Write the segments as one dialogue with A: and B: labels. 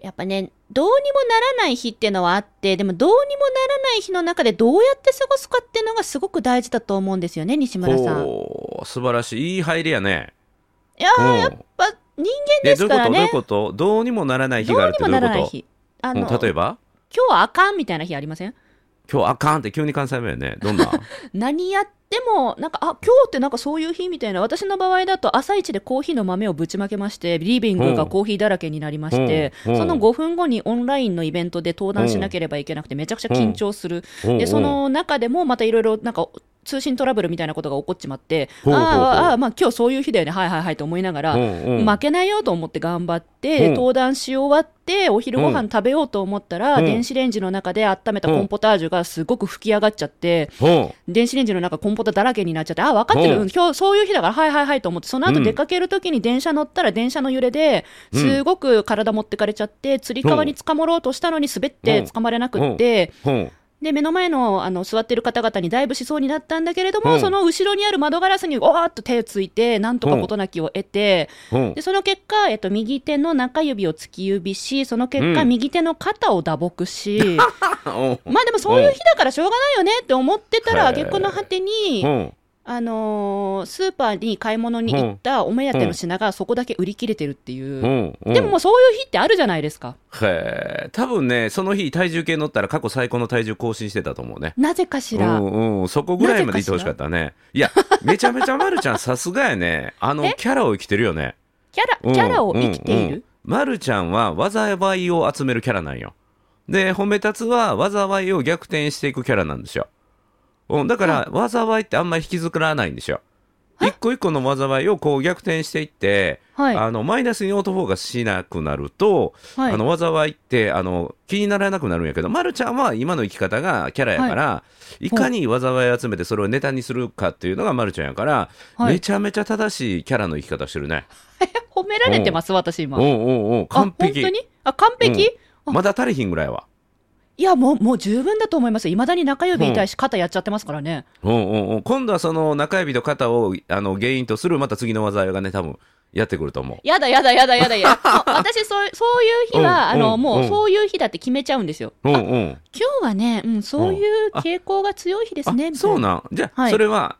A: やっぱね、どうにもならない日っていうのはあって、でもどうにもならない日の中でどうやって過ごすかっていうのがすごく大事だと思うんですよね、西村さん。
B: お素晴らしい。いい入りやね。
A: いやー、やっぱ人間ですからね。
B: どういうことどういうことどうにもならない日があるってどういうこと
A: どうにもならない日。
B: あの、例えば
A: 今日はあかんみたいな日ありません
B: 今日あかんって急に関西弁やね。どんな
A: 何やっても、なんか、あ、今日ってなんかそういう日みたいな、私の場合だと朝一でコーヒーの豆をぶちまけまして、リビングがコーヒーだらけになりまして、その5分後にオンラインのイベントで登壇しなければいけなくて、めちゃくちゃ緊張する。で、その中でもまたいろいろなんか、通信トラブルみたいなことが起こっちまって、ああ、ああ、まあ今日そういう日だよね、はいはいはいと思いながら、負けないよと思って頑張って、登壇し終わって、お昼ご飯食べようと思ったら、電子レンジの中で温めたコンポタージュがすごく吹き上がっちゃって、電子レンジの中コンポタだらけになっちゃって、ああ、分かってる、今日そういう日だから、はいはいはいと思って、その後出かけるときに電車乗ったら電車の揺れで、すごく体持ってかれちゃって、つり革につかもろうとしたのに滑ってつかまれなくって、で目の前のあの座ってる方々にだいぶしそうになったんだけれども、うん、その後ろにある窓ガラスにわーっと手をついて、なんとか事なきを得て、うん、でその結果、えっと、右手の中指を突き指し、その結果、うん、右手の肩を打撲し、 まあでもそういう日だからしょうがないよねって思ってたら、挙句の果てに、あのー、スーパーに買い物に行ったお目当ての品がそこだけ売り切れてるっていう、うんうん、でももうそういう日ってあるじゃないですか
B: へえ多分ねその日体重計乗ったら過去最高の体重更新してたと思うね
A: なぜかしら、
B: うんうん、そこぐらいまでいってほしかったねい やめちゃめちゃまるちゃんさすがやねあのキャラを生きてるよね
A: キャラキャラを生きている、うんうんうん、
B: まるちゃんは災いを集めるキャラなんよで褒め立つは災いを逆転していくキャラなんですようん、だから、うん、災いってあんまり引きずらないんですよ。一個一個の災いをこう逆転していって、はい、あのマイナスに男がしなくなると、はい、あの災いってあの気にならなくなるんやけど、ま、るちゃんは今の生き方がキャラやから、はい、いかに災い集めてそれをネタにするかっていうのがまるちゃんやから、はい、めちゃめちゃ正しいキャラの生き方してるね。
A: 褒められてます、私今。
B: おうおうお完璧。
A: 本当にあ完璧、
B: うん、まだ足りひんぐらいは。
A: いやもう、もう十分だと思います、いまだに中指痛いし、肩やっちゃってますからね。
B: うんうんうん、今度はその中指と肩をあの原因とする、また次の技がね、多分やってくると思う。
A: やだやだやだやだや 私そう、そういう日は、あの、もうそういう日だって決めちゃうんですよ。
B: うんうん、今
A: 日はね、うん、そういう傾向が強い日ですね、
B: そうなん。じゃあ、はい、それは、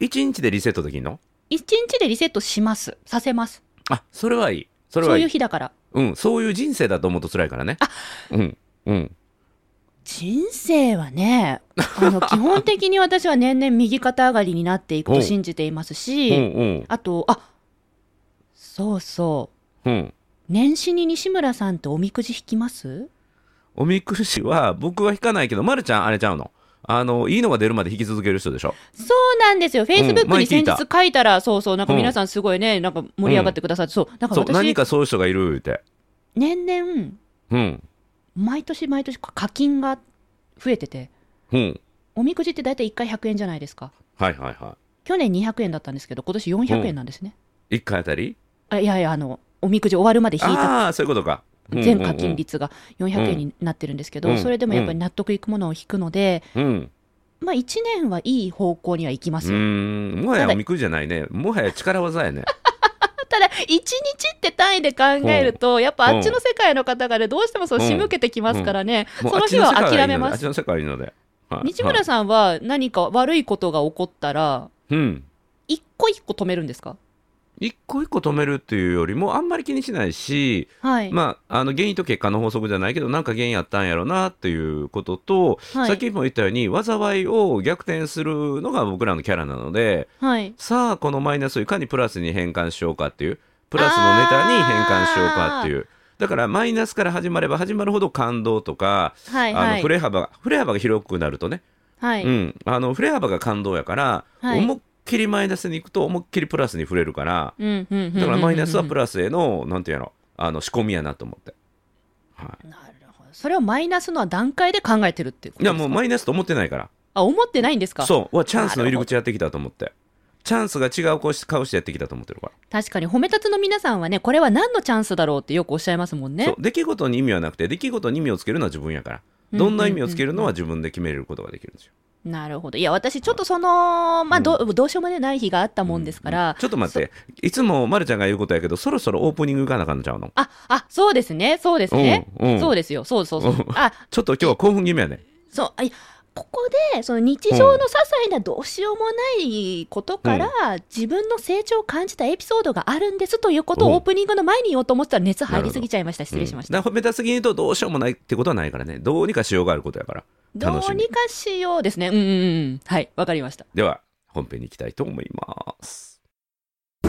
B: 1日でリセットできんの
A: ?1 日でリセットします。させます。
B: あ、それはいい。それはい
A: い。そういう日だから。
B: うん、そういう人生だと思うと辛いからね。
A: あ
B: うん。うん。
A: 人生は
B: 、
A: ね、あの基本的に私は年々右肩上がりになっていくと信じていますし、うんうん、あと、あそうそう
B: うん、
A: 年始に西村さんっておみくじ引きます
B: おみくじは僕は引かないけど、ま、るちゃん、あれちゃうのあの、いいのが出るまで引き続ける人でしょ
A: そうなんですよ。フェイスブックに先日書いたら、そうそう、なんか皆さんすごいね、なんか盛り上がってくださって、そう、なんか私、
B: 何かそういう人がいるって。
A: 年々、
B: うん。
A: 毎年毎年課金が増えてて、
B: うん、
A: おみくじって大体1回100円じゃないですか
B: はいはいはい
A: 去年200円だったんですけど今年400円なんですね、
B: うん、1回あたり
A: あいやいやあのおみくじ終わるまで引いた
B: ああそういうことか、
A: うんうんうん、全課金率が400円になってるんですけど、うん、それでもやっぱり納得いくものを引くので、
B: うん、
A: まあ1年はいい方向にはいきますよ
B: うんもはやおみくじじゃないねもはや力技やね
A: ただ、1日って単位で考えると、やっぱあっちの世界の方がね、どうしてもそう仕向けてきますからね、うんうん、 その日は諦めます。、
B: いいはい
A: 西村さんは何か悪いことが起こったら、
B: うん、
A: 一個一個止めるんですか
B: 一個一個止めるっていうよりもあんまり気にしないし、
A: はい、
B: まあ、あの原因と結果の法則じゃないけどなんか原因あったんやろうなっていうことと、はい、さっきも言ったように災いを逆転するのが僕らのキャラなので、
A: はい、
B: さあこのマイナスをいかにプラスに変換しようかっていうプラスのネタに変換しようかっていう。だからマイナスから始まれば始まるほど感動とか、
A: はいはい、
B: あの振れ幅が振れ幅が広くなるとね、
A: はい
B: うん、あの振れ幅が感動やから、はい、思きりマイナスに行くと思いっきりプラスに触れるから、
A: うんうん、、
B: だからマイナスはプラスへのなんていうのあの仕込みやなと思って、はい
A: なるほどそれをマイナスの段階で考えてるっていうこと
B: いやもうマイナスと思ってないから
A: あ思ってないんですか
B: そうチャンスの入り口やってきたと思ってチャンスが違う顔してやってきたと思ってるから
A: 確かに褒め立つの皆さんはねこれは何のチャンスだろうってよくおっしゃいますもんね
B: 出来事に意味はなくて出来事に意味をつけるのは自分やからどんな意味をつけるのは自分で決めれることができるんですよ、
A: うなるほど。いや、私、ちょっとその、まあど、どうしようもねない日があったもんですから、
B: ちょっと待っていつもまるちゃんが言うことやけどそろそろオープニングいかなあかんのちゃうの
A: あ、あ、そうですね、そうですね。
B: うんうん
A: そうですよ、そうそうそう
B: うん。
A: あ、
B: ちょっと今日は興奮気味やね
A: そう、あいやここで、その日常の些細などうしようもないことから、自分の成長を感じたエピソードがあるんですということ
B: うん
A: をオープニングの前に言おうと思ってたら熱入りすぎちゃいました。失礼しまし
B: うん
A: た。
B: だから褒めたすぎに言うとどうしようもないってことはないからねどうにかしようがあることやから
A: ど
B: 楽し
A: う
B: み
A: にかしようですね。うんうんうん。はい、わかりました。
B: では本編に行きたいと思いますい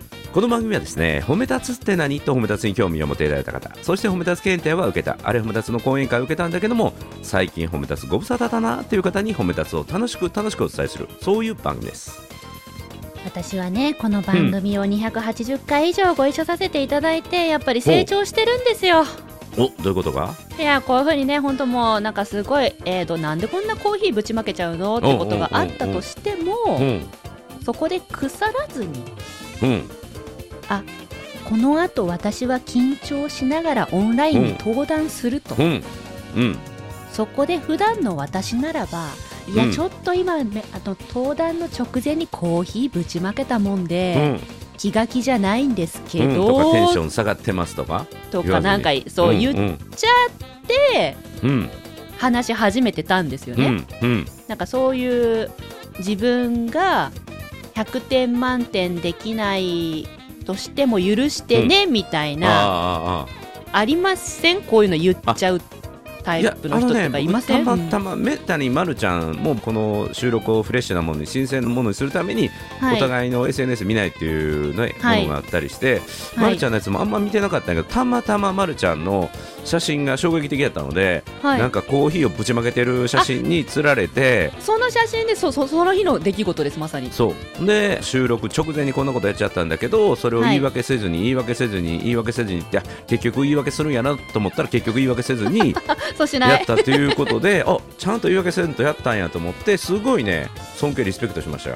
B: この番組はですね褒め立つって何と褒め立つに興味を持っていただいた方そして褒め立つ検定は受けたあれ褒め立つの講演会を受けたんだけども最近褒め立つご無沙汰だなっていう方に褒め立つを楽しく楽しくお伝えするそういう番組です
A: 私はねこの番組を280回以上ご一緒させていただいてやっぱり成長してるんですよ
B: おどういうことか
A: いやこういうふうにね本当もうなんかすごいえーとなんでこんなコーヒーぶちまけちゃうのってことがあったとしても
B: うん
A: そこで腐らずに
B: うん
A: このあと私は緊張しながらオンラインに登壇すると、
B: うんうん
A: そこで普段の私ならばいや
B: うん
A: ちょっと今、ねあの登壇の直前にコーヒーぶちまけたもんで、気が気じゃないんですけ
B: うん、
A: ど、
B: とかテンシ
A: と
B: ョン下がってますと
A: か
B: か言わずに
A: なんかそう言っ
B: ん
A: て
B: うん
A: 話し始めてたんですよ
B: う
A: ね、
B: んうん
A: なんかそういう自分が100点満点できないとしても許してね、みたい
B: ああ
A: な
B: ああ
A: ありませんこういうの言っちゃうタイプの人とかいません
B: 僕たまたまめったにまるちゃんもこの収録をフレッシュなものに新鮮なものにするために、
A: はい
B: お互いの SNS 見ないっていう、ね
A: はい
B: ものがあったりして、
A: はい
B: まるちゃんのやつもあんま見てなかったんやけどたまたままるちゃんの写真が衝撃的だったので、
A: はい
B: なんかコーヒーをぶちまけてる写真につられて
A: その写真でそうそうその日の出来事ですまさに
B: そうで収録直前にこんなことやっちゃったんだけどそれを言い訳せずに、言い訳せずに言い訳せずにってあ結局言い訳するんやなと思ったら結局言い訳せずに。
A: そうし
B: や
A: な
B: っ
A: い
B: たということであちゃんと言い訳せんとやったんやと思ってすごいね尊敬リスペクトしましたよ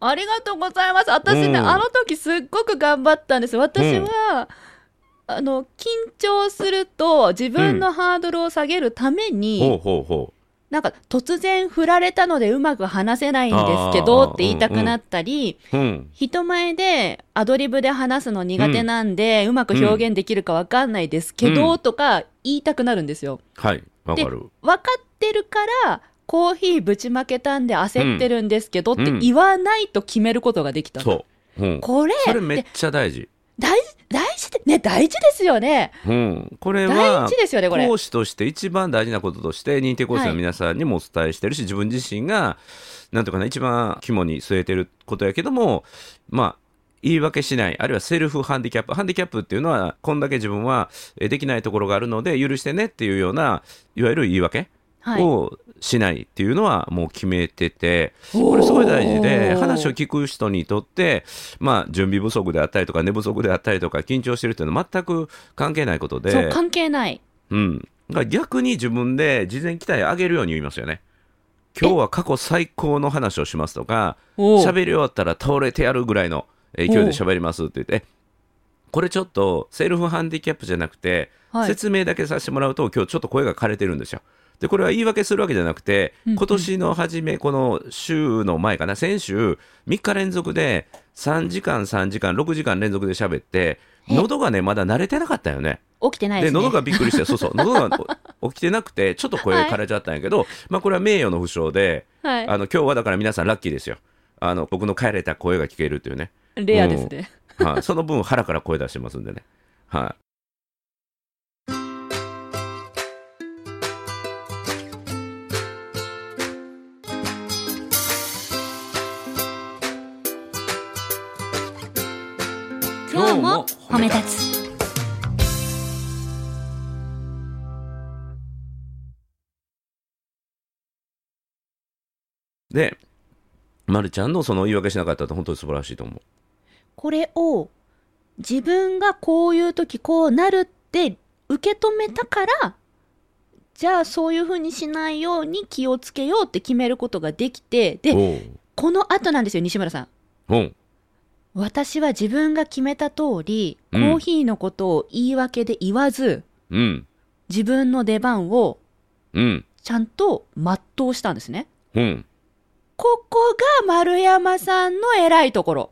A: ありがとうございます私ね、
B: うん
A: あの時すっごく頑張ったんです私は、あの緊張すると自分のハードルを下げるために、
B: ほうほうほ
A: なんか突然振られたのでうまく話せないんですけど
B: あー
A: って言いたくなったり、
B: ううん
A: 人前でアドリブで話すの苦手なんで、うまく表現できるかわかんないですけど、
B: うん
A: とか言いたくなるんですよ。
B: はいわかる
A: 分かってるから、コーヒーぶちまけたんで焦ってるんですけど、
B: うん
A: って言わないと決めることができた。
B: そう、うん、
A: これ
B: それめっちゃ大事、
A: 大事、大事で、ね、大事ですよね。
B: うん、これ
A: 大
B: は
A: 事ですよね、これ。
B: 講師として一番大事なこととして認定講師の皆さんにもお伝えしてるし、自分自身がなんとかね一番肝に据えてることやけどもまあ言い訳しないあるいはセルフハンディキャップハンディキャップっていうのはこんだけ自分はえできないところがあるので許してねっていうようないわゆる言い訳
A: はい。
B: をしないっていうのはもう決めてて、これすごい大事で
A: おー
B: 話を聞く人にとって、まあ、準備不足であったりとか寝不足であったりとか緊張してるっていうのは全く関係ないことで
A: そう、関係ない。
B: うん、だから逆に自分で事前期待を上げるように言いますよね。今日は過去最高の話をしますとか
A: おう
B: 喋り終わったら倒れてやるぐらいのえー勢いで喋りますって言ってえこれちょっとセルフハンディキャップじゃなくて、
A: はい。
B: 説明だけさせてもらうと今日ちょっと声が枯れてるんですよ。でこれは言い訳するわけじゃなくて、
A: うんうん
B: 今年の初めこの週の前かな先週3日連続で3時間3時間6時間連続で喋って
A: え
B: 喉がねまだ慣れてなかったよね。
A: 起きてないで
B: です
A: ね。
B: 喉がびっくりしてそ うそう喉がお起きてなくてちょっと声が枯れちゃったんやけど、まあこれは名誉の負傷で、
A: はい
B: あの今日はだから皆さんラッキーですよ。あの僕の帰れた声が聞けるというね、
A: レアですね。
B: はい、その分腹から声出してますんでね。はい
A: 今日も褒め立つ。
B: で、まるちゃんのその言い訳しなかったって本当に素晴らしいと思う。
A: これを自分がこういう時こうなるって受け止めたからじゃあそういうふうにしないように気をつけようって決めることができてで
B: おう
A: この後なんですよ西村さん
B: うん。
A: 私は自分が決めた通りコ
B: うん
A: ーヒーのことを言い訳で言わず、
B: うん。
A: 自分の出番を
B: うん。
A: ちゃんと全うしたんですね
B: うん。
A: ここが丸山さんの偉いところ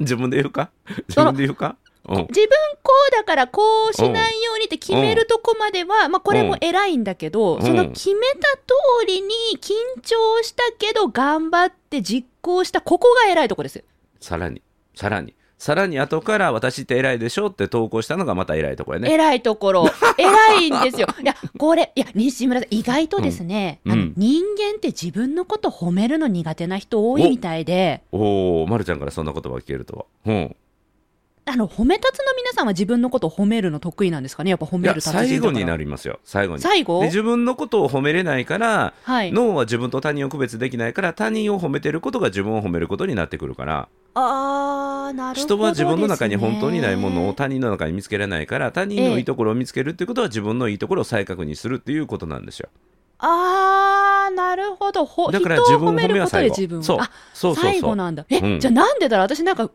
B: 自分で言うか自
A: その
B: 分で言うかうん。
A: 自分こうだからこうしないようにって決めるとこまでは、まあこれも偉いんだけど、
B: うん
A: その決めた通りに緊張したけど頑張って実行した、ここが偉いとこです。
B: さらに、さらに、さらに後から私って偉いでしょって投稿したのがまた偉いとこやね。
A: 偉いとこ ろ。偉いんですよ。いや、これ、いや、西村さん、意外とですね、
B: うん
A: あの
B: うん
A: 人間って自分のこと褒めるの苦手な人多いみたいで、
B: おお、まるちゃんからそんな言葉聞けるとは。うん。
A: あの、褒め立つの皆さんは自分のこと褒めるの得意なんですかねやっぱ褒
B: い
A: め
B: や
A: る、達人
B: 最後
A: だから
B: になりますよ。最後に。
A: 最後
B: で自分のことを褒めれないから、
A: はい。
B: 脳は自分と他人を区別できないから他人を褒めてることが自分を褒めることになってくるから
A: あー、なるほど、
B: 人は自分の中に本当にないものを、他人の中に見つけられないから他人のいいところを見つけるっていうことは自分のいいところを再確認するっていうことなんですよ
A: あー、なるほど。ほ
B: だから
A: 人
B: 自
A: を褒
B: 分を
A: め
B: 褒め
A: る
B: は
A: ことで
B: 最後
A: 自分を。
B: そう
A: あ、
B: そうそう
A: 最
B: そ
A: 後
B: う
A: なんだ。え、
B: うん
A: じゃあなんでだろう私なんか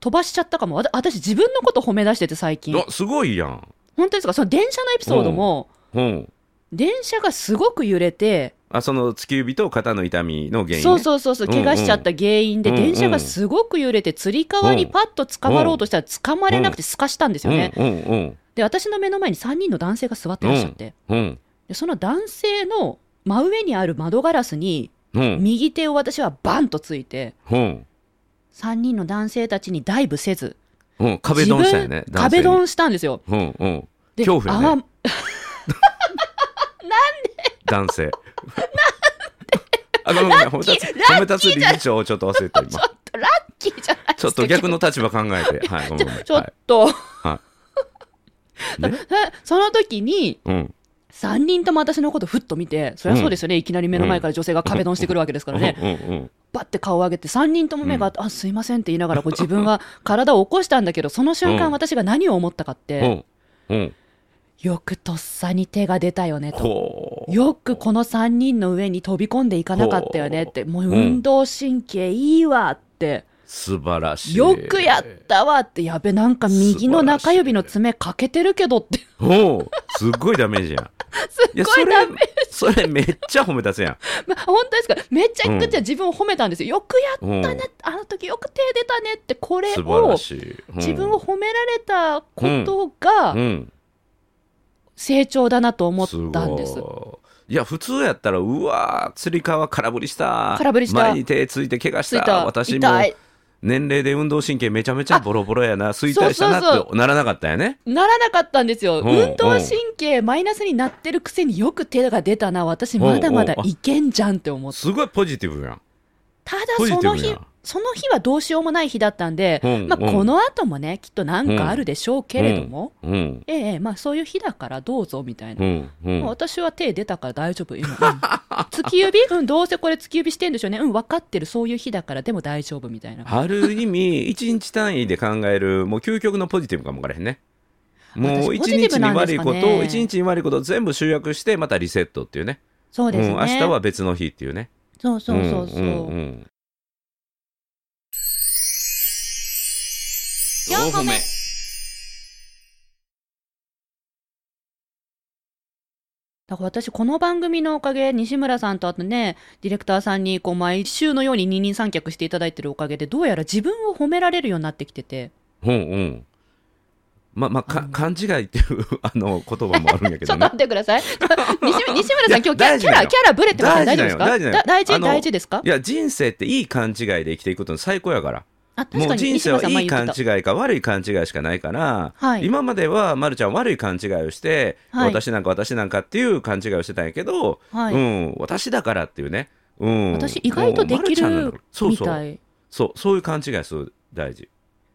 A: 飛ばしちゃったかも。わた私自分のこと褒め出してて最近。
B: あすごいやん
A: 本当ですかその電車のエピソードも、
B: うん
A: 電車がすごく揺れて、
B: あその突き指と肩の痛みの原因ね、
A: そうそうそうそう、
B: うんうん
A: 怪我しちゃった原因で、
B: うんうん
A: 電車がすごく揺れて、つり革にパッと捕まろうとしたら、捕まれなくて透かしたんですよね。
B: うんうんうん
A: で、私の目の前に3人の男性が座ってらっしゃって、
B: うん
A: でその男性の真上にある窓ガラスに、
B: うん
A: 右手を私はバンとついて、
B: うん
A: 3人の男性たちにダイブせず、
B: うん壁ドンしたよね
A: 自分壁ド
B: ン
A: ンしたんですよ。
B: うんうん
A: で
B: 恐怖や
A: 泡
B: ね男 性あごめんごめん褒め立つ褒め立つ理事長をちょっと忘れて今
A: ラッキーじゃないです
B: ち
A: か
B: ょっと逆の立場考えて、はい、ごめんごめん。
A: ちょ
B: は
A: っと、
B: い、 ね、
A: その時に、
B: うん、
A: 3人とも私のことふっと見て、そりゃそうですよね、いきなり目の前から女性が壁ドンしてくるわけですからね、
B: うん、うん、
A: バッて顔を上げて、3人とも目があって、あすいませんって言いながら、こう自分は体を起こしたんだけど、その瞬
B: う
A: 間、
B: ん
A: 私が何を思ったかって、
B: うん、うん、
A: よくとっさに手が出たよねと。
B: ほう。
A: よくこの3人の上に飛び込んでいかなかったよねって、もう
B: うん
A: 運動神経いいわって、
B: 素晴らしい。
A: よくやったわって、やべ、なんか右の中指の爪欠けてるけどって、
B: ほう、すっごいダメージやん。
A: すっ
B: いや、
A: ご
B: そ
A: い
B: れ
A: ダメ。、
B: それめっちゃ褒め立つやん。
A: ま本当ですかめちゃくちゃ自分を褒めたんですよ。よくやっ
B: うん
A: たね、あの時よく手出たねって、これ
B: 素晴
A: を
B: らしい。うん
A: 自分を褒められたことが
B: うん、
A: 成長だなと思ったんです。
B: ごい。いや、普通やったら、うわー、つり革空振りした。
A: 空振りした
B: 前に手ついて怪我し
A: つい
B: た。
A: た。
B: 私も
A: 痛い。
B: 年齢で運動神経めちゃめちゃボロボロやな。衰退した
A: そうそう
B: な
A: そ
B: ってならなかったよね。
A: ならなかったんですよ。
B: うん
A: 運動神経マイナスになってるくせによく手が出たな。私まだまだいけんじゃんって思って。
B: すごいポジティブやん。
A: ただ
B: ポジ
A: そ
B: ティ
A: の
B: ブ
A: 日
B: や、
A: その日はどうしようもない日だったんで、
B: うん
A: まあ
B: うん
A: この後もね、きっとなんかあるでしょうけれども、
B: うん。
A: ええ、まあそういう日だからどうぞみたいな
B: う。ん。うん
A: もう。私は手出たから大丈夫、今。うん 突き指うん、どうせこれ突き指してんでしょうね。うん、分かってる、そういう日だから、でも大丈夫みたいな。
B: ある意味、 一日単位で考える、もう究極のポジティブかもわからへんね。もう
A: 私
B: 一日に悪いこ
A: ポジティブなん
B: と、
A: ですか
B: 一、
A: ね
B: 日に悪いことを全部集約して、またリセットっていうね。
A: そうですね。
B: ん、明日は別の日っていうね。
A: そうそうそうそう。
B: んん
A: 四個目だから私、この番組のおかげ、西村さんとあとね、ディレクターさんに、こう、毎週のように二人三脚していただいてるおかげで、どうやら自分を褒められるようになってきてて。
B: うんうん。ま、まあ、
A: あ
B: か
A: の
B: 勘違いっていうあの言葉もあるんやけ
A: ちょ
B: ど
A: っと待。
B: ね
A: ってくだ さい。西西村さん、今日キャ
B: 大事
A: キ
B: だ
A: ャ
B: よ
A: ラ、キャラブレてません大
B: 大
A: 丈
B: 事
A: 夫
B: だ
A: です
B: よ
A: かだ大事、
B: あの
A: 大事ですか
B: いや、人生っていい勘違いで生きていくことの最高やから。
A: あ、確
B: も
A: か
B: う
A: に
B: 人
A: 西
B: 生
A: 村
B: は
A: さん前
B: いい
A: 言っ
B: 勘
A: てた。
B: 違いか悪い勘違いしかないから、
A: はい
B: 今まではまるちゃん悪い勘違いをして、
A: はい
B: 私なんか私なんかっていう勘違いをしてたんやけど、
A: はい
B: うん、私だからっていうね、うん、
A: 私意外とで
B: もうま
A: き
B: ちゃんなんだ
A: る
B: からそう
A: み
B: そう
A: たい。
B: そうそういう勘違いする大事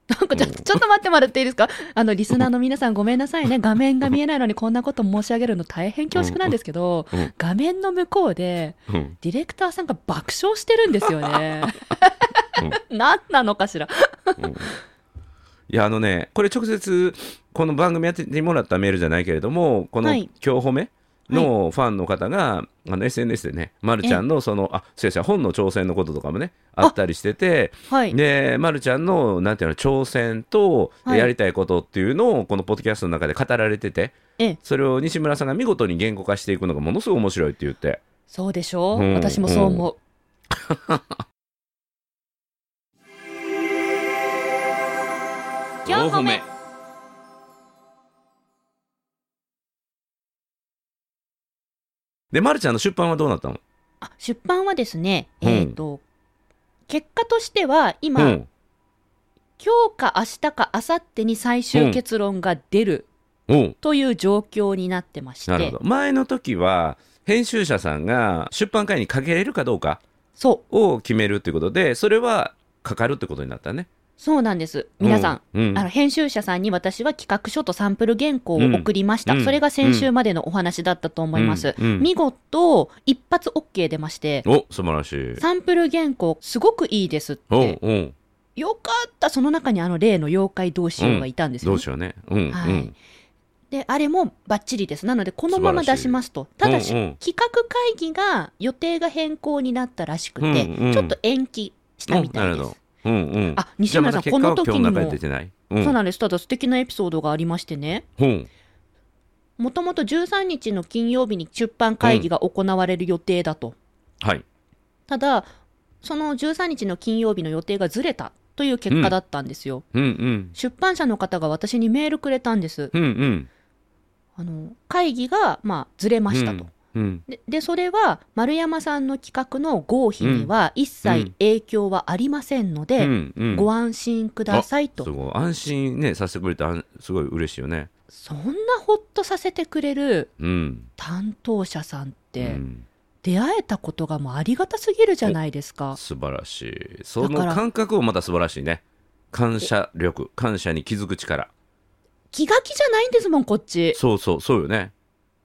A: なんかちょちょっと待ってもらっていいですかあの、リスナーの皆さんごめんなさいね。画面が見えないのにこんなこと申し上げるの大変恐縮なんですけど
B: うん、
A: 画面の向こうで、
B: うん
A: ディレクターさんが爆笑してるんですよね。何なのかしら。
B: いやあのねこれ直接この番組やってもらったメールじゃないけれどもこの
A: は
B: 今
A: い
B: 日褒めのファンの方が、あの SNS でね、ま、るちゃんのそのあそうやそうや本の挑戦のこととかもねあったりしてて
A: はい。
B: で、ま、るちゃんのなんていうの挑戦と
A: はい
B: やりたいことっていうのをこのポッドキャストの中で語られてて
A: ええ、
B: それを西村さんが見事に言語化していくのがものすごい面白いって言って
A: そうでしょ
B: うん
A: う私もそう思う。4本目
B: で、ま、るちゃんの出版はどうなったの
A: あ出版はですね、
B: うん
A: えっ、と、結果としては今、
B: うん
A: 今日か明日か明後日に最終結論が出る
B: うん
A: という状況になってまして、
B: なるほど前の時は編集者さんが出版会にかけれるかどうか
A: そう、
B: を決めるってことでそれはかかるってことになったね
A: そうなんです。皆さん、、
B: うんうん
A: あの編集者さんに私は企画書とサンプル原稿を送りました、
B: うん
A: それが先週までのお話だったと思います、
B: うんうん
A: 見事一発 OK 出まして
B: お素晴らしい
A: サンプル原稿すごくいいですっ
B: お
A: て
B: うん
A: よかったその中にあの例の妖怪どうしようがいたんですよ、
B: どうしようねうん、
A: はい
B: うん
A: であれもバッチリですなのでこのまま
B: 素晴ら
A: 出
B: しい
A: しますとただし、
B: うんうん
A: 企画会議が予定が変更になったらしくて、
B: うんうん
A: ちょっと延期したみたいです、
B: おなるほどうんうん
A: あ西村さん
B: じゃあまだ結果は
A: この時にも
B: 今日の中で出てない、うん、
A: そうなんですただ素敵なエピソードがありましてね
B: うん
A: もともと13日の金曜日に出版会議が行われる予定だと、
B: はい
A: ただその13日の金曜日の予定がずれたという結果だったんですよ、
B: うんうん
A: 出版社の方が私にメールくれたんです、
B: うんうん
A: あの会議がまあずれましたと、
B: うん
A: ででそれは丸山さんの企画の合否には一切影響はありませんの
B: う
A: で、
B: んうん
A: ご安心くださいと
B: すごい安心ねさせてくれてあんすごい嬉しいよね
A: そんなほっとさせてくれる
B: うん
A: 担当者さんって、
B: うん
A: 出会えたことがもうありがたすぎるじゃないですか
B: 素晴らしいその
A: だから
B: 感覚もまた素晴らしいね感謝力感謝に気づく力
A: 気が気じゃないんですもんこっち
B: そうそうそうよね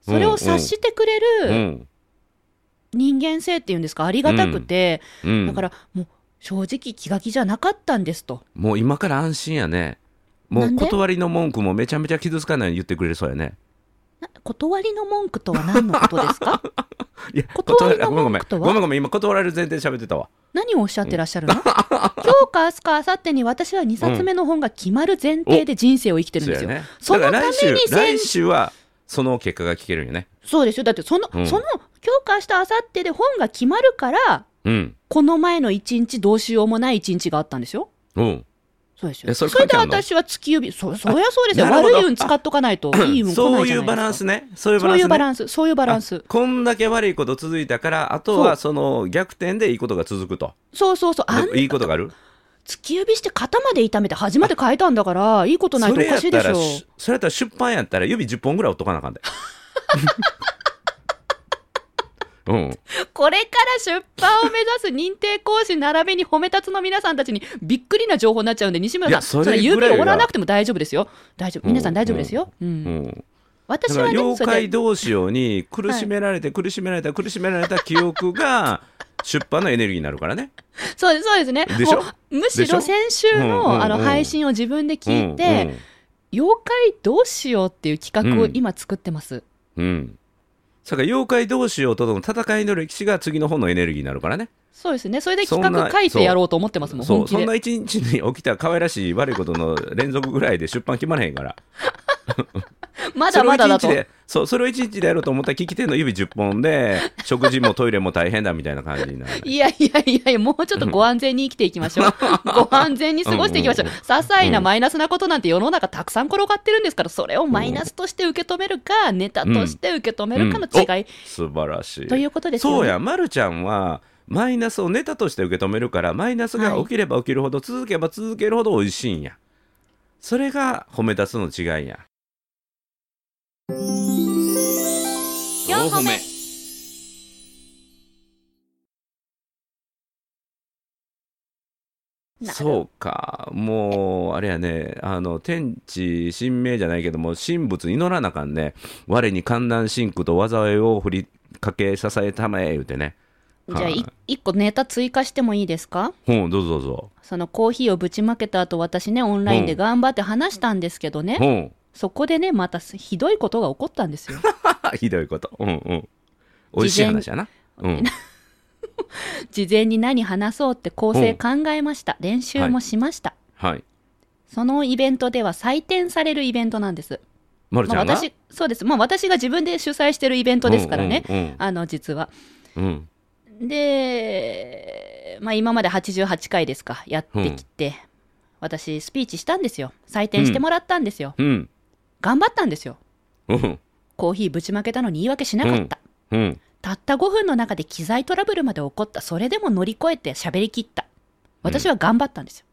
A: それを察してくれ
B: う
A: る
B: ん
A: 人間性っていうんですかありがたくて、
B: うん
A: だからもう正直気が気じゃなかったんですと
B: もう今から安心やねも
A: な
B: うん
A: で
B: 断りの文句もめちゃめちゃ傷つかないように言ってくれるそうやね
A: な断りの文句とは何のことです か
B: いや
A: 断り
B: あ
A: の
B: ごめんご
A: 文
B: めん
A: 句とは
B: ごめんごめん今断られる前提で喋ってたわ
A: 何をおっしゃってらっしゃるの今日か明日か明後日に私は2冊目の本が決まる前提で人生を生きてるん
B: そう
A: です
B: や
A: よ、
B: ね
A: その
B: だから来週
A: ために
B: 来週はその結果が聞けるんよね
A: そうですよだってその、
B: うん
A: その今日か明日明後日で本が決まるから
B: うん
A: この前の一日どうしようもない一日があったんですよ。
B: うん
A: そうです
B: え
A: よ。
B: そ
A: そ
B: れ
A: れ
B: 関係
A: で
B: あんの
A: 私は月指、そ、そりゃそうですよ。
B: なるほど
A: 悪い運使っとかないといい運来ないじゃな
B: そ
A: いですか。
B: ういうバランスねそういうバ
A: そ
B: ラ
A: う
B: ン
A: いう
B: スね
A: バランス、そういうバランス。
B: こんだけ悪いこと続いたからあとはその逆転でいいことが続くと
A: そうそうそう。あん
B: いいことがある
A: 月指して肩まで痛めて初めて変えたんだから、いいことない
B: そ
A: とお
B: れや
A: か
B: っ
A: しいで
B: た
A: しょ
B: ら。しそれやったら出版やったら指10本ぐらい折っとかなあか んでうん
A: これから出版を目指す認定講師並びに褒め立つの皆さんたちにびっくりな情報になっちゃうんで、西村
B: い
A: さ
B: や
A: ん、
B: それ
A: それ
B: ぐ
A: 指
B: らいは
A: 折らなくても大丈夫ですよ。大丈夫。皆さん大丈夫ですよ。うん。
B: うん、だ
A: 私
B: から
A: はね、
B: 妖
A: それ
B: 怪
A: で
B: どうしように苦しめられて苦しめられた苦しめられた記 憶が出版のエネルギーになるからね。
A: そうです、そうですね。
B: でしょ
A: もうむしろ
B: でしょ
A: 先週の,、
B: うんうんうん
A: あの配信を自分で聞いて、妖怪どうしようっていう企画を今作ってます。
B: うん、うんうん、だから妖怪どうしようとの戦いの歴史が次の本のエネルギーになるからね。
A: そうですね。それで
B: そんな
A: 企画書いてやろうと思ってますもん、
B: そ
A: 本
B: う
A: 気
B: そん
A: で
B: な。一日に起きた可愛らしい悪いことの連続ぐらいで出版決まらへんから。
A: まだまだだ
B: そ
A: と
B: れを一日。でそうそれを一日でやろうと思ったら聞き手の指10本で食事もトイレも大変だみたいな感じになる。
A: いやいやいやいや、もうちょっとご安全に生きていきましょう。ご安全に過ごしていきましょう。
B: うん
A: 些細なマイナスなことなんて世の中たくさん転がってるんですから、それをマイナスとして受け止めるか、ネタとして受け止めるかの違い、
B: 素晴らしい。
A: ということですよね。
B: そうや、ま、るちゃんはマイナスをネタとして受け止めるからマイナスが起きれば起きるほど続けば続けるほど美味しいんやそれが褒め立つの違いや
A: 四歩目なる
B: そうかもうあれやねあの天地神明じゃないけども神仏祈らなあかんね我に観覧神苦と災いを振りかけ支えたまえ言うてね
A: じゃあ、
B: はい
A: い一個ネタ追加してもいいですか
B: ほうどうぞどうぞ
A: そのコーヒーをぶちまけた後、私ね、オンラインで頑張って話したんですけどね、
B: ほう
A: そこでね、またすひどいことが起こったん ですよ。
B: あひどいことうんうん美味しい話やなうん
A: 事前に何話そうって構成考えました。練習もしました。
B: はい
A: そのイベントでは採点されるイベントなんです。
B: まるち
A: まあ、
B: ゃんが、
A: 私、そうです。まあ私が自分で主催してるイベントですからね。
B: うんうん
A: あの、実は。
B: うんうん
A: で、まあ今まで88回ですか、やってきて、私スピーチしたんですよ。採点してもらったんですよ。
B: うん
A: 頑張ったんですよ。
B: うん
A: コーヒーぶちまけたのに言い訳しなかった。
B: うん
A: たった5分の中で機材トラブルまで起こった。それでも乗り越えて喋り切った。私は頑張ったんですよ。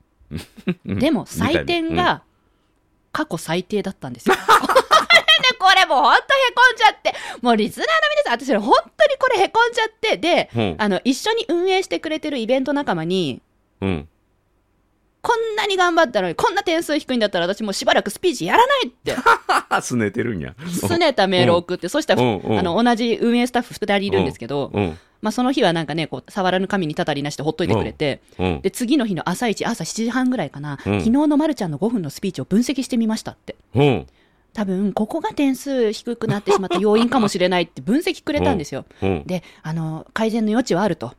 B: うん
A: でも
B: 二回目
A: 採点が過去最低だったんですよ。これね、これもうほんとへこんじゃって、もうリスナーの皆さん、私本当にこれへこんじゃって、で、
B: うん
A: あの、一緒に運営してくれてるイベント仲間に、
B: うん
A: こんなに頑張ったのに、こんな点数低いんだったら私もうしばらくスピーチやらないって、
B: ああすねてるんや
A: すねたメールを送って、そしたら、
B: うんうん
A: あの、同じ運営スタッフ2人いるんですけど、
B: うん
A: まあその日はなんかね、こう、触らぬ神にたたりなしでほっといてくれて、
B: うん
A: で、次の日の朝一、朝7時半ぐらいかな、
B: うん
A: 昨日のまるちゃんの5分のスピーチを分析してみましたって。
B: うん
A: 多分ここが点数低くなってしまった要因かもしれないって分析くれたんですよ。
B: うん
A: であの改善の余地はあると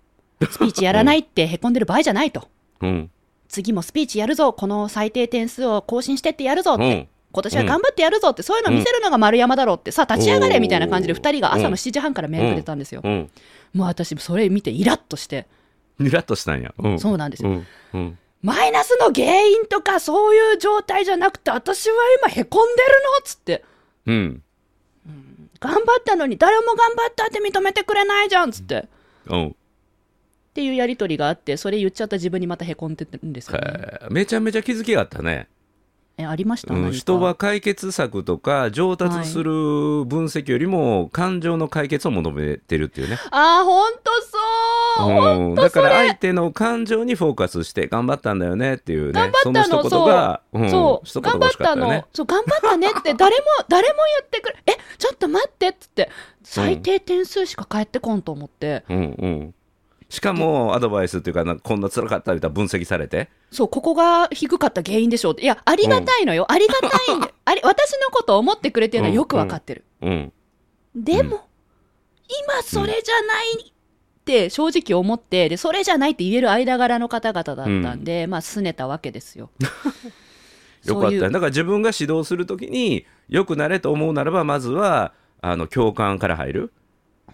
A: スピーチやらないってへこんでる場合じゃないと
B: うん
A: 次もスピーチやるぞこの最低点数を更新してってやるぞっ
B: う
A: て、
B: ん
A: 今年は頑張ってやるぞってそういうの見せるのが丸山だろうってさ立ち上がれみたいな感じで
B: おー
A: 2人が朝の7時半からメールくれたんですよ。
B: うん
A: もう私それ見てイラッとして
B: イラッとしたんや、うん、
A: そうなんですよ
B: うんうん
A: マイナスの原因とかそういう状態じゃなくて私は今へこんでるのっつって。
B: うん
A: 頑張ったのに誰も頑張ったって認めてくれないじゃんっつって。
B: うん
A: っていうやりとりがあってそれ言っちゃった自分にまたへこんでるんですよ、ね
B: えーめちゃめちゃ気づきがあったね、
A: えありました、
B: うん
A: 何か
B: 人は解決策とか上達する分析よりも感情の解決を求めてるっていうね、
A: あーほんとそう、
B: うん、だから相手の感情にフォーカスして頑張ったんだよねっていうね
A: 頑張ったの
B: その一言がん
A: そう
B: 一言
A: 頑
B: が
A: 張っ
B: 欲しか
A: た
B: ったよ
A: の
B: ね
A: そう頑張ったね って誰も誰も言ってくるえちょっと待ってっつって最低点数しか返ってこんと思って、
B: うんうんしかもアドバイスっていうかなんかこんな辛かったみたいな分析されて
A: そうここが低かった原因でしょうっていやありがたいのよ、ありがた いんであり私のことを思ってくれてるのはよくわかってる、
B: うん
A: でも、今それじゃないって正直思ってでそれじゃないって言える間柄の方々だったんで、まあ拗ねたわけですよ。
B: よかった
A: そうい
B: よ
A: う
B: だから自分が指導するときによくなれと思うならばまずはあの共感から入る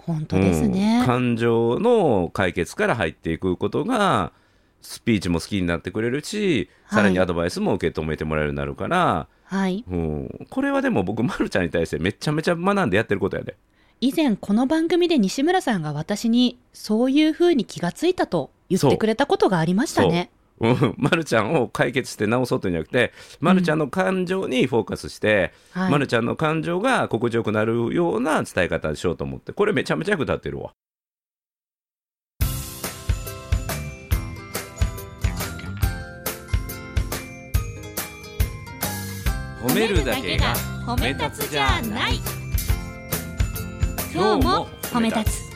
A: 本当です
B: うん
A: ね。
B: 感情の解決から入っていくことがスピーチも好きになってくれるし、
A: はい
B: さらにアドバイスも受け止めてもらえるようになるから、
A: はい、
B: うん、これはでも僕、ま、るちゃんに対してめちゃめちゃ学んでやってることやで。
A: 以前この番組で西村さんが私にそういう風に気がついたと言ってくれたことがありましたね。
B: うん、 まるちゃんを解決して直そうというんじゃなくて、ま、るちゃんの感情にフォーカスして、
A: はい、
B: ま、るちゃんの感情が心地よくなるような伝え方でしようと思ってこれめちゃめちゃ役立ってるわ。褒
A: 褒
B: め立つじゃない今日も褒め立
A: つ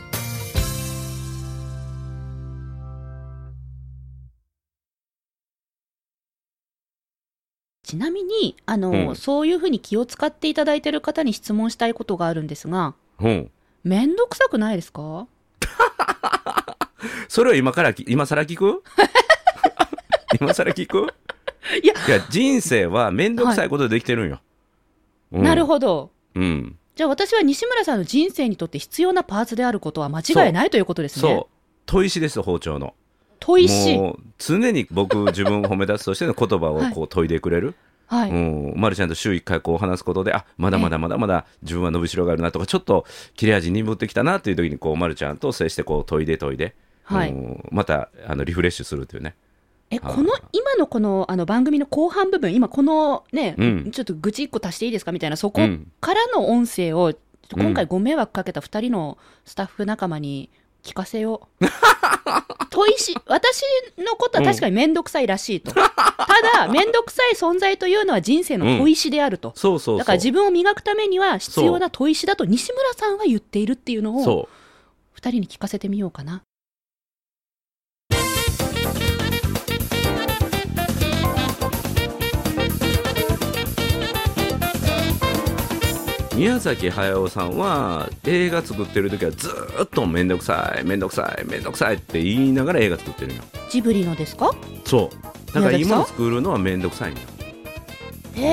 A: ちなみにあの、
B: うん
A: そういうふうに気を使っていただいてる方に質問したいことがあるんですが
B: うん、
A: 面倒くさくないですか
B: それを今からき今更 聞く今更聞く
A: いや
B: 人生は面倒くさいことでできてるんよ。
A: なる
B: ど、
A: ほど
B: うん
A: じゃあ私は西村さんの人生にとって必要なパーツであることは間違いないということですね
B: そう砥石です包丁の。
A: 砥石
B: もう常に僕自分を褒め出すとしての言葉をこう研いでくれる、
A: はい、
B: うん、まるちゃんと週1回こう話すことであまだまだまだまだ自分は伸びしろがあるなとかちょっと切れ味鈍ってきたなっていう時にこうまるちゃんと接してこう研いで研いで、
A: はい
B: うんまたあのリフレッシュするというね
A: え
B: はい
A: この今のこのあの番組の後半部分、今、このね、
B: うん
A: ちょっと愚痴1個足していいですかみたいな、そこ
B: うん
A: からの音声を、ちょっと今
B: う
A: 回、ご迷惑かけた2人のスタッフ仲間に聞かせよう。砥美味しい、私のことは確かに面倒くさいらしいと。ただ、面倒くさい存在というのは人生の砥石であると。
B: そうそうそう
A: だから自分を磨くためには必要な砥石だと西村さんは言っているっていうのを、
B: そう
A: 二人に聞かせてみようかな。
B: 宮崎駿さんは映画作ってる時はずーっとめんどくさいめんどくさいめんどくさいって言いながら映画作ってるんよ
A: ジブリのですか
B: そうだから
A: 宮崎さん
B: 今作るのはめんどくさいんよ
A: へ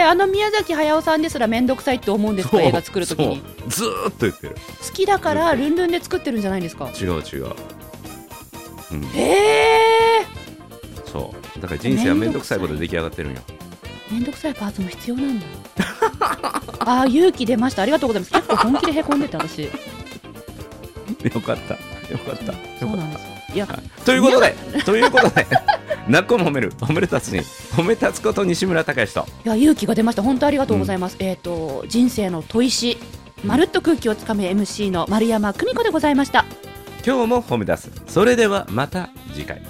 A: え、あの宮崎駿さんですら面倒くさいって思うんです
B: そ
A: か、
B: う
A: 映画作るときに。
B: そうずーっと言ってる
A: 好きだからルンルンで作ってるんじゃないですか。
B: 違う違ううん
A: へえ、
B: そうだから人生はめんどくさいことで出来上がってるんよ
A: 面倒くさいパーツも必要 なんだ。ああ、勇気出ました。ありがとうございます。結構本気でへこんでた 私。
B: よかったよかった
A: そうなんですよ。いや、
B: ということでということで 泣く子も褒める褒め立つに褒め立つこと西村隆之と
A: いや勇気が出ました。本当ありがとうございます。えっ、と人生の砥石、まるっと空気をつかめ MC の丸山久美子でございました。
B: 今日も褒め出すそれではまた次回